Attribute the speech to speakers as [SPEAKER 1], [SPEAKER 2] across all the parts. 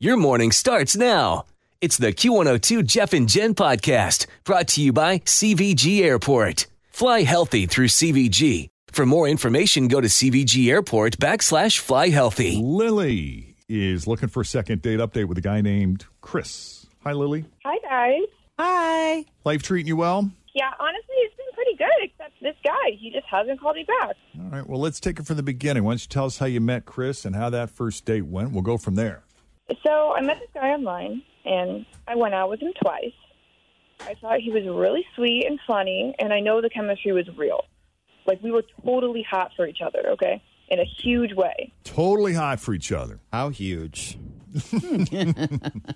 [SPEAKER 1] Your morning starts now. It's the Q102 Jeff and Jen podcast brought to you by CVG Airport. Fly healthy through CVG. For more information, go to CVG Airport backslash fly healthy.
[SPEAKER 2] Lily is looking for a second date update with a guy named Chris. Hi, Lily.
[SPEAKER 3] Hi guys.
[SPEAKER 4] Hi.
[SPEAKER 2] Life treating you well?
[SPEAKER 3] Yeah, honestly, it's been pretty good. Except this guy, he just hasn't called me back.
[SPEAKER 2] All right. Well, let's take it from the beginning. Why don't you tell us how you met Chris and how that first date went? We'll go from there.
[SPEAKER 3] So I met this guy online, and I went out with him twice. I thought he was really sweet and funny, and I know the chemistry was real. Like we were totally hot for each other. Okay, in a huge way.
[SPEAKER 2] Totally hot for each other.
[SPEAKER 5] How huge?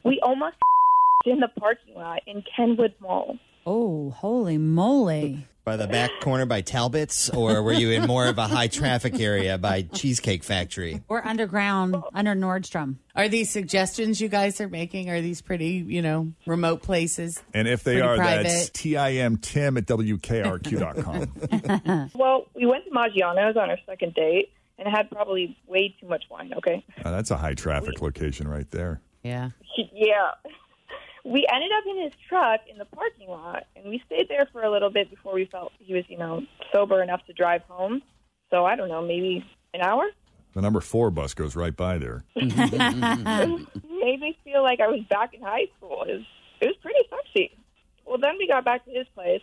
[SPEAKER 3] We almost in the parking lot in Kenwood Mall.
[SPEAKER 4] Oh, holy moly.
[SPEAKER 5] By the back corner by Talbot's, or were you in more of a high traffic area by Cheesecake Factory?
[SPEAKER 4] We're underground under Nordstrom.
[SPEAKER 6] Are these suggestions you guys are making? Are these pretty, you know, remote places?
[SPEAKER 2] And if they
[SPEAKER 6] Pretty
[SPEAKER 2] are,
[SPEAKER 6] private.
[SPEAKER 2] that's TIM Tim at WKRQ.com.
[SPEAKER 3] Well, we went to Maggiano's on our second date, and I had probably way too much wine. Okay.
[SPEAKER 2] Uh, that's a high traffic location right there.
[SPEAKER 6] Yeah.
[SPEAKER 3] yeah. We ended up in his truck in the parking lot, and we stayed there for a little bit before we felt he was, you know, sober enough to drive home. So I don't know, maybe an hour.
[SPEAKER 2] The number four bus goes right by there.
[SPEAKER 3] Made me feel like I was back in high school. It was, it was pretty sexy. Well, then we got back to his place,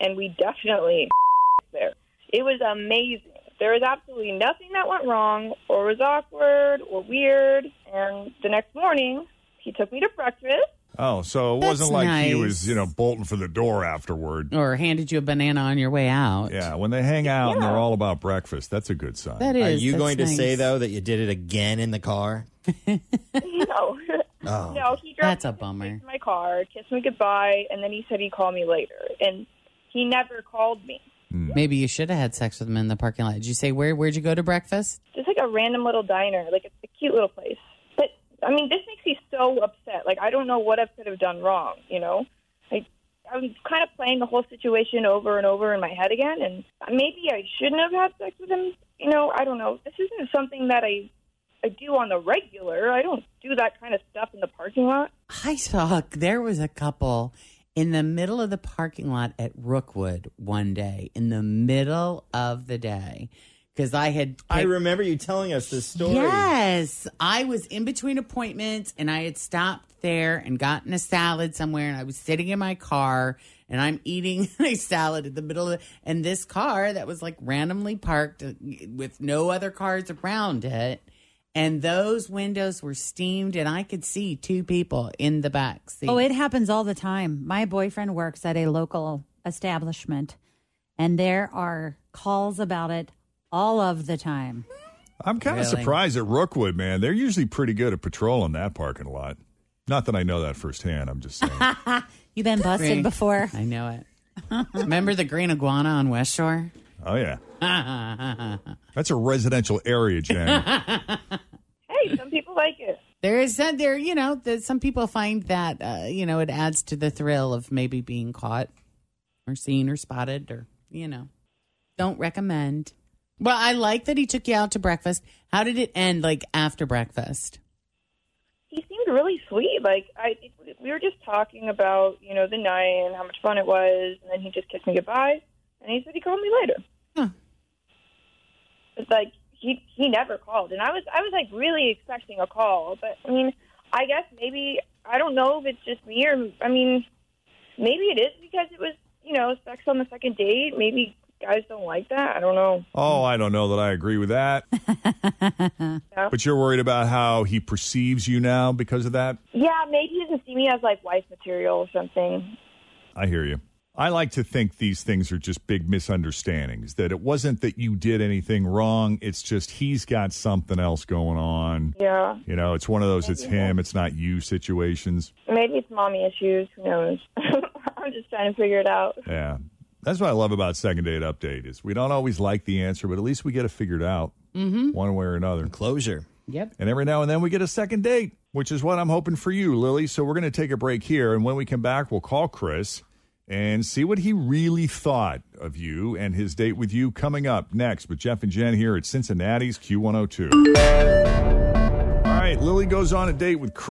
[SPEAKER 3] and we definitely there. It was amazing. There was absolutely nothing that went wrong, or was awkward, or weird. And the next morning, he took me to breakfast.
[SPEAKER 2] Oh, so it wasn't
[SPEAKER 6] That's
[SPEAKER 2] like he
[SPEAKER 6] nice.
[SPEAKER 2] was, you know, bolting for the door afterward.
[SPEAKER 6] Or handed you a banana on your way out.
[SPEAKER 2] Yeah, when they hang out and they're all about breakfast, that's a good sign.
[SPEAKER 6] That
[SPEAKER 5] Are
[SPEAKER 6] is.
[SPEAKER 5] you
[SPEAKER 6] that's
[SPEAKER 5] going to
[SPEAKER 6] nice.
[SPEAKER 5] say, though, that you did it again in the car?
[SPEAKER 3] No.
[SPEAKER 5] Oh.
[SPEAKER 3] No, he drove
[SPEAKER 6] That's a
[SPEAKER 3] me
[SPEAKER 6] bummer.
[SPEAKER 3] to my car, kissed me goodbye, and then he said he'd call me later. And he never called me.
[SPEAKER 6] Maybe you should have had sex with him in the parking lot. Did you say where? Where'd you go to breakfast?
[SPEAKER 3] Just like a random little diner. Like, it's a cute little place. But, I mean, this makes me so upset. Like, I don't know what I could have done wrong, you know? Like, I'm kind of playing the whole situation over and over in my head again. And maybe I shouldn't have had sex with him. You know, I don't know. This isn't something that I, I do on the regular. I don't do that kind of stuff in the parking lot.
[SPEAKER 6] I saw there was a couple in the middle of the parking lot at Rookwood one day, in the middle of the day, because I had.
[SPEAKER 5] I
[SPEAKER 6] picked-
[SPEAKER 5] remember you telling us this story.
[SPEAKER 6] Yes. I was in between appointments and I had stopped there and gotten a salad somewhere and I was sitting in my car and I'm eating a salad in the middle of and this car that was like randomly parked uh, with no other cars around it and those windows were steamed and I could see two people in the back seat.
[SPEAKER 4] Oh, it happens all the time. My boyfriend works at a local establishment, and there are calls about it all of the time.
[SPEAKER 2] I'm kind of
[SPEAKER 6] Really?
[SPEAKER 2] surprised at Rookwood, man. They're usually pretty good at patrolling that parking lot. Not that I know that firsthand. I'm just saying.
[SPEAKER 4] You've been busted
[SPEAKER 6] Great.
[SPEAKER 4] before.
[SPEAKER 6] I know it. Remember the green iguana on West Shore?
[SPEAKER 2] oh yeah, that's a residential area, Jen.
[SPEAKER 3] Hey, some people like it.
[SPEAKER 6] There is that there, you know, that some people find that, uh, you know, it adds to the thrill of maybe being caught or seen or spotted or, you know, don't recommend. Well, I like that he took you out to breakfast. How did it end, like after breakfast?
[SPEAKER 3] he seemed really sweet. Like I, we were just talking about you know the night and how much fun it was, and then he just kissed me goodbye, and he said he called me later.
[SPEAKER 6] Huh.
[SPEAKER 3] It's like he he never called, and I was I was like really expecting a call, but I mean I guess maybe I don't know if it's just me or I mean Maybe it is because it was, you know, sex on the second date. Maybe guys don't like that. I don't know.
[SPEAKER 2] Oh, I don't know that I agree with that. but you're worried about how he perceives you now because of that?
[SPEAKER 3] Yeah, maybe he doesn't see me as like wife material or something.
[SPEAKER 2] I hear you. I like to think these things are just big misunderstandings, that it wasn't that you did anything wrong. It's just he's got something else going on.
[SPEAKER 3] Yeah,
[SPEAKER 2] You know, it's one of those, it's him, it's not you situations.
[SPEAKER 3] maybe it's mommy issues. Who knows? I'm just trying to figure it out.
[SPEAKER 2] Yeah. That's what I love about second date update is we don't always like the answer, but at least we get it figured out one way or another.
[SPEAKER 5] Closure.
[SPEAKER 6] Yep.
[SPEAKER 2] And every now and then we get a second date, which is what I'm hoping for you, Lily. So we're going to take a break here. And when we come back, we'll call Chris and see what he really thought of you and his date with you coming up next with Jeff and Jen here at Cincinnati's Q102. All right, Lily goes on a date with Chris.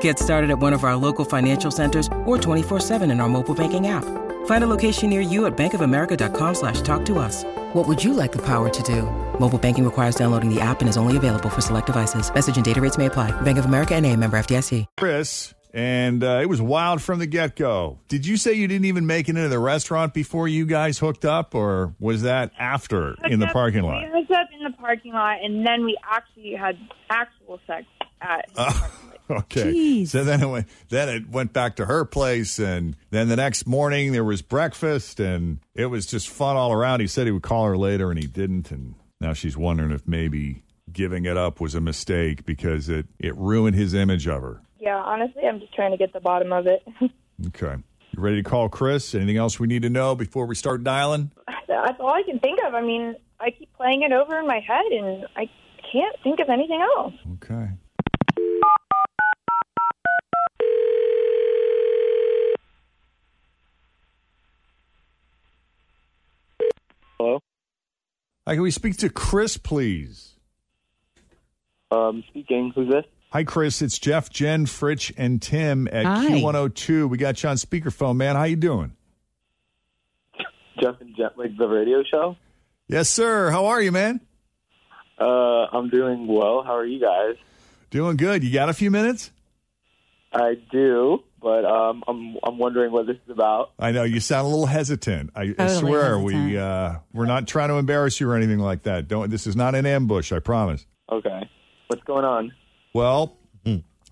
[SPEAKER 7] Get started at one of our local financial centers or 24-7 in our mobile banking app. Find a location near you at bankofamerica.com slash talk to us. What would you like the power to do? Mobile banking requires downloading the app and is only available for select devices. Message and data rates may apply. Bank of America and a member FDIC.
[SPEAKER 2] Chris, and uh, it was wild from the get go. Did you say you didn't even make it into the restaurant before you guys hooked up, or was that after in the
[SPEAKER 3] Hooked up-
[SPEAKER 2] parking lot?
[SPEAKER 3] We hooked up in the parking lot, and then we actually had actual sex at.
[SPEAKER 2] Uh.
[SPEAKER 3] the parking lot.
[SPEAKER 2] Okay.
[SPEAKER 4] Jeez.
[SPEAKER 2] So then it went. Then it went back to her place, and then the next morning there was breakfast, and it was just fun all around. He said he would call her later, and he didn't, and now she's wondering if maybe giving it up was a mistake because it it ruined his image of her.
[SPEAKER 3] Yeah, honestly, I'm just trying to get the bottom of it.
[SPEAKER 2] Okay. You ready to call Chris? Anything else we need to know before we start dialing?
[SPEAKER 3] That's all I can think of. I mean, I keep playing it over in my head, and I can't think of anything else.
[SPEAKER 2] Okay.
[SPEAKER 8] Hello.
[SPEAKER 2] Hi, can we speak to Chris, please?
[SPEAKER 8] Um, speaking. Who's this?
[SPEAKER 2] Hi, Chris. It's Jeff, Jen, Fritch, and Tim at
[SPEAKER 6] Hi.
[SPEAKER 2] Q102. We got you on speakerphone, man. How you doing?
[SPEAKER 8] Jeff and Jet, like the radio show.
[SPEAKER 2] Yes, sir. How are you, man?
[SPEAKER 8] Uh, I'm doing well. How are you guys?
[SPEAKER 2] Doing good. You got a few minutes?
[SPEAKER 8] I do, but um, I'm I'm wondering what this is about.
[SPEAKER 2] I know you sound a little hesitant. I, I
[SPEAKER 4] Totally
[SPEAKER 2] swear
[SPEAKER 4] hesitant.
[SPEAKER 2] we uh, we're not trying to embarrass you or anything like that. Don't. This is not an ambush. I promise.
[SPEAKER 8] Okay, what's going on?
[SPEAKER 2] Well,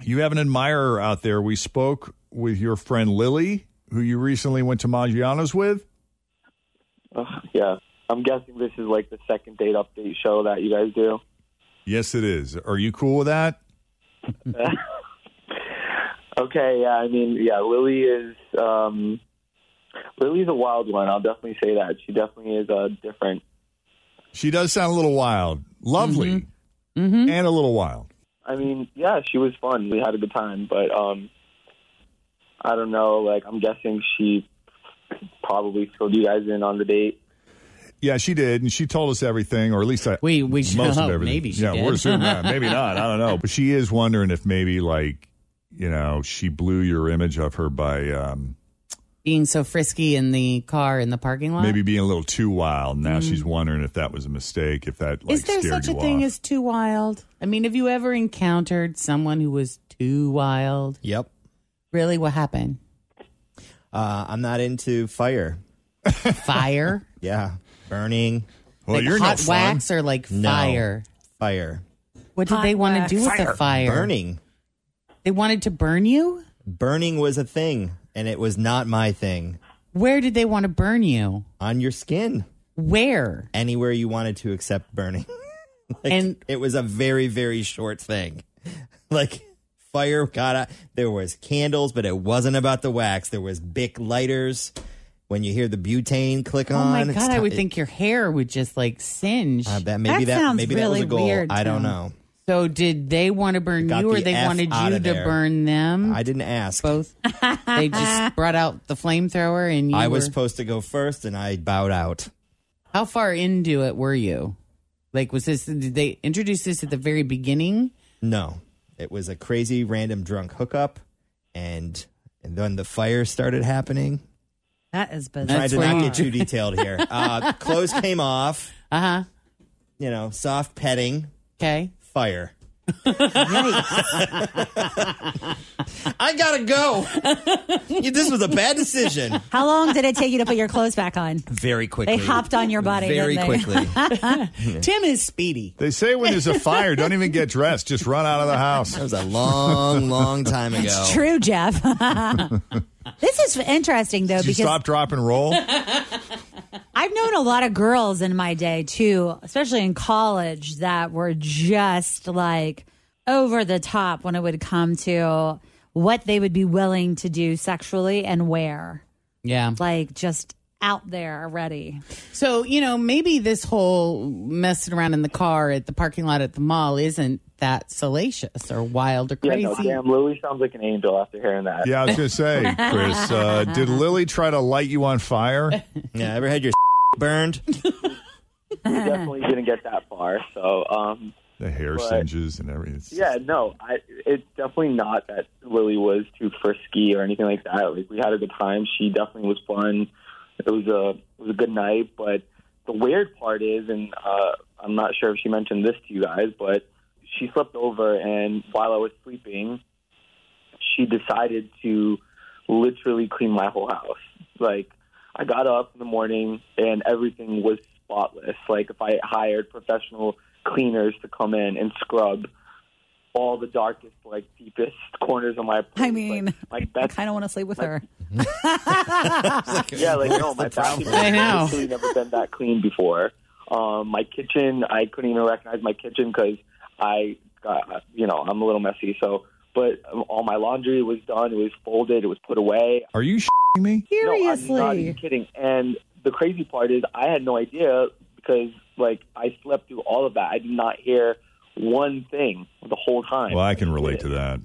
[SPEAKER 2] you have an admirer out there. We spoke with your friend Lily, who you recently went to Maggiano's with.
[SPEAKER 8] Ugh, yeah, I'm guessing this is like the second date update show that you guys do.
[SPEAKER 2] Yes, it is. Are you cool with that?
[SPEAKER 8] Okay, yeah, I mean, yeah, Lily is um, Lily's a wild one. I'll definitely say that. She definitely is uh, different.
[SPEAKER 2] She does sound a little wild, lovely,
[SPEAKER 6] Mm-hmm.
[SPEAKER 2] and a little wild.
[SPEAKER 8] I mean, yeah, she was fun. We had a good time, but um, I don't know. Like, I'm guessing she probably filled you guys in on the date.
[SPEAKER 2] Yeah, she did, and she told us everything, or at least I,
[SPEAKER 6] We- we should
[SPEAKER 2] most of
[SPEAKER 6] hope.
[SPEAKER 2] everything.
[SPEAKER 6] Maybe she
[SPEAKER 2] yeah,
[SPEAKER 6] did.
[SPEAKER 2] we're assuming that. Maybe not. I don't know. But she is wondering if maybe like you know she blew your image of her by um,
[SPEAKER 6] Being so frisky in the car in the parking lot.
[SPEAKER 2] maybe being a little too wild. Now she's wondering if that was a mistake, if that like
[SPEAKER 6] Mm. is there
[SPEAKER 2] scared
[SPEAKER 6] such a
[SPEAKER 2] you
[SPEAKER 6] thing
[SPEAKER 2] off.
[SPEAKER 6] as too wild? I mean, have you ever encountered someone who was too wild?
[SPEAKER 5] Yep.
[SPEAKER 6] Really, what happened?
[SPEAKER 5] Uh, I'm not into fire.
[SPEAKER 6] Fire,
[SPEAKER 5] Yeah. Burning
[SPEAKER 2] well,
[SPEAKER 6] like
[SPEAKER 2] you're
[SPEAKER 6] hot
[SPEAKER 2] no fun.
[SPEAKER 6] wax, or like
[SPEAKER 5] No.
[SPEAKER 6] fire?
[SPEAKER 5] fire.
[SPEAKER 6] What did they want to do with the fire?
[SPEAKER 5] Burning.
[SPEAKER 6] They wanted to burn you.
[SPEAKER 5] Burning was a thing, and it was not my thing.
[SPEAKER 6] Where did they want to burn you?
[SPEAKER 5] On your skin.
[SPEAKER 6] Where?
[SPEAKER 5] Anywhere you wanted to accept burning. Like,
[SPEAKER 6] And- oh
[SPEAKER 5] it was a very, very short thing. Like fire got out. There was candles, but it wasn't about the wax. There was Bic lighters. When you hear the butane click
[SPEAKER 6] Oh
[SPEAKER 5] on,
[SPEAKER 6] my
[SPEAKER 5] it's
[SPEAKER 6] god! I
[SPEAKER 5] ti-
[SPEAKER 6] would think your hair would just like singe.
[SPEAKER 5] Uh, that maybe
[SPEAKER 4] That
[SPEAKER 5] that,
[SPEAKER 4] sounds
[SPEAKER 5] maybe that was
[SPEAKER 4] really
[SPEAKER 5] a goal.
[SPEAKER 4] weird,
[SPEAKER 5] I
[SPEAKER 4] Tom.
[SPEAKER 5] don't know.
[SPEAKER 6] So did they want to burn
[SPEAKER 5] Got
[SPEAKER 6] you, or
[SPEAKER 5] the
[SPEAKER 6] they
[SPEAKER 5] F
[SPEAKER 6] wanted you
[SPEAKER 5] outta
[SPEAKER 6] to
[SPEAKER 5] there.
[SPEAKER 6] burn them?
[SPEAKER 5] I didn't ask.
[SPEAKER 6] Mm. Both. they just brought out the flamethrower, and you
[SPEAKER 5] I
[SPEAKER 6] were,
[SPEAKER 5] was supposed to go first, and I bowed out.
[SPEAKER 6] How far into it were you? Like, was this? Did they introduce this at the very beginning?
[SPEAKER 5] No, it was a crazy random drunk hookup, and and then the fire started happening.
[SPEAKER 4] That is
[SPEAKER 5] I'm
[SPEAKER 4] bizarre.
[SPEAKER 5] trying to not get too detailed here. Uh, clothes came off.
[SPEAKER 6] Uh huh.
[SPEAKER 5] You know, soft petting.
[SPEAKER 6] Okay.
[SPEAKER 5] Fire. I gotta go. Yeah, this was a bad decision.
[SPEAKER 4] How long did it take you to put your clothes back on?
[SPEAKER 5] Very quickly.
[SPEAKER 4] They hopped on your body.
[SPEAKER 5] Very
[SPEAKER 4] didn't they?
[SPEAKER 5] quickly.
[SPEAKER 6] Tim is speedy.
[SPEAKER 2] They say when there's a fire, don't even get dressed. Just run out of the house. That
[SPEAKER 5] was a long, long time ago.
[SPEAKER 4] It's true, Jeff. this is interesting though
[SPEAKER 2] Did you
[SPEAKER 4] because
[SPEAKER 2] stop, drop, and roll?
[SPEAKER 4] I've known a lot of girls in my day too, especially in college, that were just like over the top when it would come to what they would be willing to do sexually and where.
[SPEAKER 6] Yeah.
[SPEAKER 4] Like just out there already.
[SPEAKER 6] So, you know, maybe this whole messing around in the car at the parking lot at the mall isn't that salacious or wild or
[SPEAKER 8] Yeah,
[SPEAKER 6] crazy.
[SPEAKER 8] no, damn, Lily sounds like an angel after hearing that.
[SPEAKER 2] Yeah, I was going to say, Chris, uh, did Lily try to light you on fire?
[SPEAKER 5] Yeah, ever had your burned?
[SPEAKER 8] we definitely didn't get that far. So, um,
[SPEAKER 2] The hair
[SPEAKER 8] But-
[SPEAKER 2] singes and everything. It's-
[SPEAKER 8] yeah, no, I, it's definitely not that Lily was too frisky or anything like that. Like we had a good time. She definitely was fun. It was a it was a good night. But the weird part is, and uh, I'm not sure if she mentioned this to you guys, but she slept over, and while I was sleeping, she decided to literally clean my whole house. Like I got up in the morning, and everything was spotless. Like if I hired professional cleaners to come in and scrub all the darkest, like deepest corners of my
[SPEAKER 4] I mean,
[SPEAKER 8] like
[SPEAKER 4] I
[SPEAKER 8] that's
[SPEAKER 4] kind of want to sleep with her.
[SPEAKER 8] yeah, like no, my
[SPEAKER 5] What's the
[SPEAKER 8] bathroom
[SPEAKER 6] problem? I know.
[SPEAKER 8] has literally never been that clean before. Um, my kitchen, I couldn't even recognize my kitchen because I got, you know, I'm a little messy. So, but um, all my laundry was done. It was folded. It was put away.
[SPEAKER 2] Are you shitting me?
[SPEAKER 8] No, I'm not even
[SPEAKER 4] Seriously.
[SPEAKER 8] kidding. And the crazy part is, I had no idea because, like, I slept through all of that. I did not hear one thing the whole time.
[SPEAKER 2] Well, I can relate to that.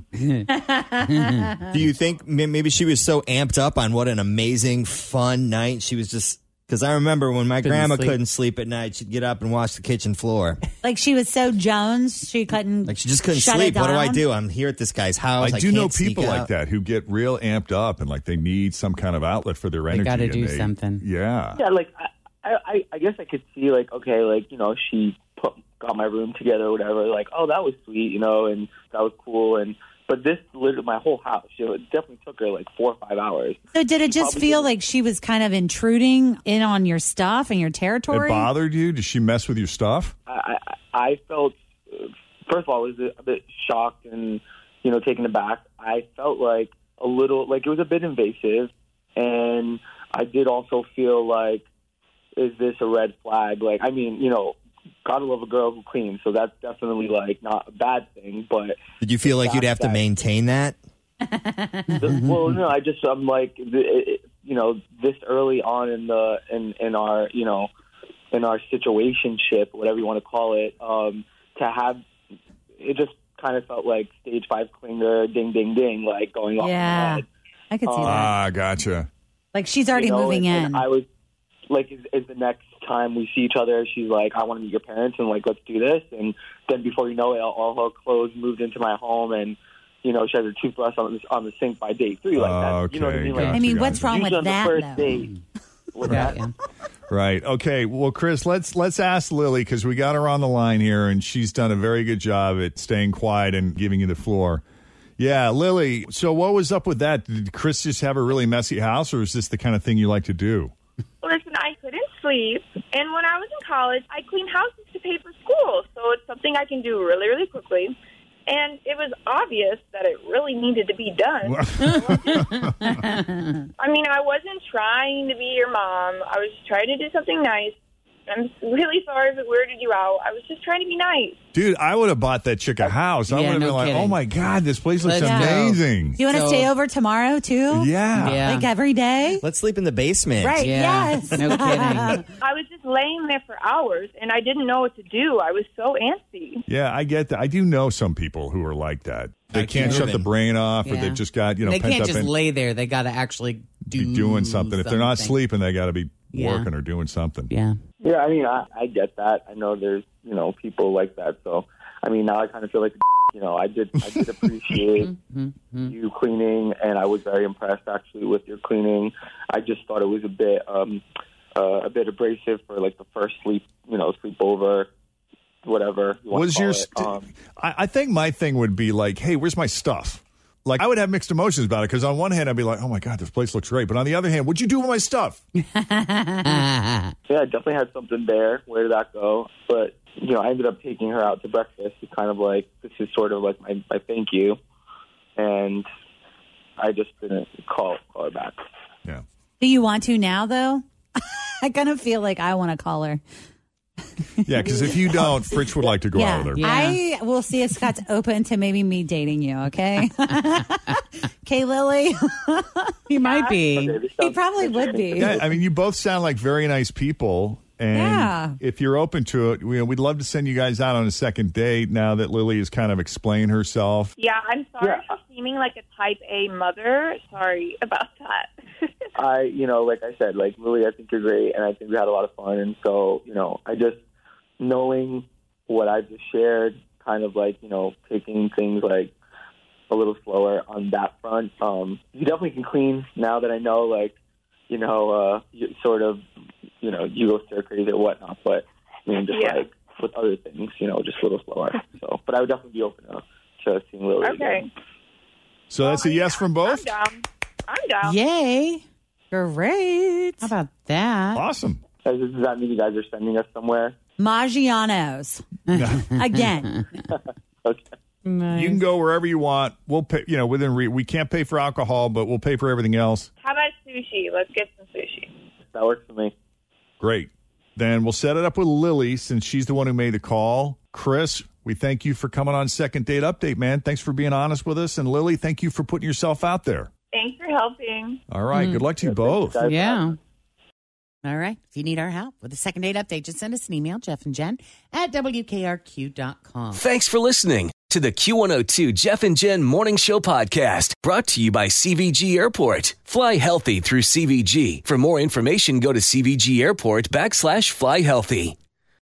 [SPEAKER 5] Do you think may- maybe she was so amped up on what an amazing, fun night? She was just because I remember when my
[SPEAKER 6] Couldn't
[SPEAKER 5] grandma
[SPEAKER 6] sleep.
[SPEAKER 5] couldn't sleep at night, she'd get up and wash the kitchen floor.
[SPEAKER 4] like she was so Jones, she couldn't.
[SPEAKER 5] Like she just couldn't
[SPEAKER 4] shut
[SPEAKER 5] sleep.
[SPEAKER 4] It
[SPEAKER 5] What do I
[SPEAKER 4] down.
[SPEAKER 5] do? I'm here at this guy's house.
[SPEAKER 2] I do know
[SPEAKER 5] can't sneak
[SPEAKER 2] people like
[SPEAKER 5] out.
[SPEAKER 2] that who get real amped up and like they need some kind of outlet for their energy.
[SPEAKER 6] gotta
[SPEAKER 2] and
[SPEAKER 6] do something.
[SPEAKER 2] Yeah.
[SPEAKER 8] Yeah, like I, I, I- I guess I could see like okay, like you know, she put got my room together, or whatever. Like, oh, that was sweet, you know, and that was cool, and but this literally my whole house. You know, it definitely took her like four or five hours.
[SPEAKER 4] So did it just
[SPEAKER 8] Probably
[SPEAKER 4] feel
[SPEAKER 8] didn't.
[SPEAKER 4] like she was kind of intruding in on your stuff and your territory?
[SPEAKER 2] It bothered you? Did she mess with your stuff?
[SPEAKER 8] I, I, I felt uh, first of all, I was a, a bit shocked and you know taken aback. I felt like a little like it was a bit invasive, and I did also feel like, is this a red flag? Like, I mean, you know. Gotta love a girl who cleans, so that's definitely like not a bad thing. But
[SPEAKER 5] Did you feel like you'd have to
[SPEAKER 8] That-
[SPEAKER 5] maintain that?
[SPEAKER 4] Mm-hmm,
[SPEAKER 8] well, no, I just I'm like, th- it- it- you know, this early on in the in in our you know in our situationship, whatever you want to call it, um, to have it just kind of felt like stage five clinger, ding ding ding, like going off. in the
[SPEAKER 4] Yeah.
[SPEAKER 8] head,
[SPEAKER 4] I could see that.
[SPEAKER 2] Ah, gotcha.
[SPEAKER 4] Like she's
[SPEAKER 8] Uh, you
[SPEAKER 4] already
[SPEAKER 8] know,
[SPEAKER 4] moving
[SPEAKER 8] and-
[SPEAKER 4] in.
[SPEAKER 8] and I was like, is, is the next time we see each other, she's like, I want to meet your parents, and like, let's do this, and then before you know it, all, all her clothes moved into my home, and you know, she has her toothbrush on the, on the sink by day three, like that.
[SPEAKER 2] okay.
[SPEAKER 8] You know what I mean? Like,
[SPEAKER 2] gotcha,
[SPEAKER 4] I mean, what's
[SPEAKER 2] gotcha.
[SPEAKER 4] wrong
[SPEAKER 8] Usually
[SPEAKER 4] with
[SPEAKER 8] on the
[SPEAKER 4] that,
[SPEAKER 8] first
[SPEAKER 4] though?
[SPEAKER 8] date with
[SPEAKER 6] Right,
[SPEAKER 8] that.
[SPEAKER 6] yeah.
[SPEAKER 2] Right. Okay. Well, Chris, let's let's ask Lily because we got her on the line here, and she's done a very good job at staying quiet and giving you the floor. Yeah, Lily. So, what was up with that? Did Chris just have a really messy house, or is this the kind of thing you like to do?
[SPEAKER 3] Listen, I couldn't sleep, and when I was in college, I cleaned houses to pay for school, so it's something I can do really, really quickly. And it was obvious that it really needed to be done. I mean, I wasn't trying to be your mom. I was trying to do something nice. I'm really sorry if it weirded you out. I was just trying to be nice.
[SPEAKER 2] Dude, I would have bought that chick a house. I
[SPEAKER 6] Yeah,
[SPEAKER 2] would have
[SPEAKER 6] no
[SPEAKER 2] been like,
[SPEAKER 6] kidding.
[SPEAKER 2] oh my God, this place looks
[SPEAKER 6] Let's go.
[SPEAKER 2] amazing.
[SPEAKER 4] Do you want to
[SPEAKER 6] So-
[SPEAKER 4] stay over tomorrow too?
[SPEAKER 2] Yeah.
[SPEAKER 6] Yeah.
[SPEAKER 4] Like every day?
[SPEAKER 5] Let's sleep in the basement.
[SPEAKER 4] Right.
[SPEAKER 6] Yeah.
[SPEAKER 4] Yes.
[SPEAKER 6] No kidding.
[SPEAKER 3] I was just laying there for hours and I didn't know what to do. I was so antsy.
[SPEAKER 2] Yeah, I get that. I do know some people who are like that. They
[SPEAKER 5] I
[SPEAKER 2] can't
[SPEAKER 5] keep
[SPEAKER 2] shut the
[SPEAKER 5] moving.
[SPEAKER 2] brain off, or
[SPEAKER 6] Yeah.
[SPEAKER 2] they've just got you know
[SPEAKER 6] they
[SPEAKER 2] pent
[SPEAKER 6] can't
[SPEAKER 2] up
[SPEAKER 6] just
[SPEAKER 2] and
[SPEAKER 6] lay there. They got to actually do
[SPEAKER 2] be doing something. If they're not
[SPEAKER 6] something.
[SPEAKER 2] sleeping, they got to be
[SPEAKER 6] Yeah.
[SPEAKER 2] working or doing something.
[SPEAKER 6] Yeah.
[SPEAKER 8] Yeah, I mean, I, I get that. I know there's, you know, people like that. So, I mean, now I kind of feel like, a you know, I did, I did appreciate
[SPEAKER 4] Mm-hmm,
[SPEAKER 8] you cleaning, and I was very impressed actually with your cleaning. I just thought it was a bit, um, uh, a bit abrasive for like the first sleep, you know, sleepover, whatever. You wanna
[SPEAKER 2] Was
[SPEAKER 8] call
[SPEAKER 2] your?
[SPEAKER 8] it.
[SPEAKER 2] St-
[SPEAKER 8] um,
[SPEAKER 2] I, I think my thing would be like, hey, where's my stuff? Like I would have mixed emotions about it because on one hand I'd be like, oh my god, this place looks great, but on the other hand, what'd you do with my stuff?
[SPEAKER 8] So yeah, I definitely had something there. Where did that go? But you know, I ended up taking her out to breakfast. It's kind of like this is sort of like my, my thank you, and I just didn't call call her back.
[SPEAKER 2] Yeah.
[SPEAKER 4] Do you want to now though? I kind of feel like I want to call her.
[SPEAKER 2] Yeah, because if you don't, Fritz would like to go out with her.
[SPEAKER 4] I will see if Scott's open to maybe me dating you, okay? okay, Lily.
[SPEAKER 6] He might be.
[SPEAKER 8] It just
[SPEAKER 4] he
[SPEAKER 8] sounds-
[SPEAKER 4] probably would be.
[SPEAKER 2] Yeah, I mean, you both sound like very nice people. And
[SPEAKER 4] Yeah.
[SPEAKER 2] if you're open to it, we, we'd love to send you guys out on a second date now that Lily has kind of explained herself.
[SPEAKER 3] Yeah, I'm sorry
[SPEAKER 8] Yeah.
[SPEAKER 3] for seeming like a type A mother. Sorry about that.
[SPEAKER 8] I you know, like I said, like Lily, I think you're great, and I think we had a lot of fun. And so you know, I just knowing what I just shared, kind of like you know, taking things like a little slower on that front. Um, you definitely can clean now that I know, like you know, uh, you sort of you know, you go stir crazy or whatnot. But I mean, just
[SPEAKER 3] Yeah.
[SPEAKER 8] like with other things, you know, just a little slower. So, but I would definitely be open to, to seeing Lily.
[SPEAKER 3] okay.
[SPEAKER 8] Again.
[SPEAKER 2] So that's a yes from
[SPEAKER 3] I'm
[SPEAKER 2] both?
[SPEAKER 3] down. I'm down.
[SPEAKER 6] Yay.
[SPEAKER 4] Great.
[SPEAKER 6] How about that?
[SPEAKER 2] Awesome.
[SPEAKER 8] Does, does that mean you guys are sending us somewhere?
[SPEAKER 4] Maggiano's. Again.
[SPEAKER 8] Okay.
[SPEAKER 2] You can go wherever you want. We'll pay, you know, within re- we can't pay for alcohol, but we'll pay for everything else.
[SPEAKER 3] How about sushi? Let's get some sushi.
[SPEAKER 8] That works for me.
[SPEAKER 2] Great. Then we'll set it up with Lily since she's the one who made the call. Chris, we thank you for coming on Second Date Update, man. Thanks for being honest with us. And Lily, thank you for putting yourself out there.
[SPEAKER 3] Thanks for helping.
[SPEAKER 2] All right. Good luck to you
[SPEAKER 8] Yeah,
[SPEAKER 2] both.
[SPEAKER 8] thanks, guys.
[SPEAKER 6] Yeah. All right. If you need our help with a second date update, just send us an email, Jeff and Jen at WKRQ.com.
[SPEAKER 1] Thanks for listening to the Q102 Jeff and Jen Morning Show podcast brought to you by CVG Airport. Fly healthy through CVG. For more information, go to CVG Airport backslash fly healthy.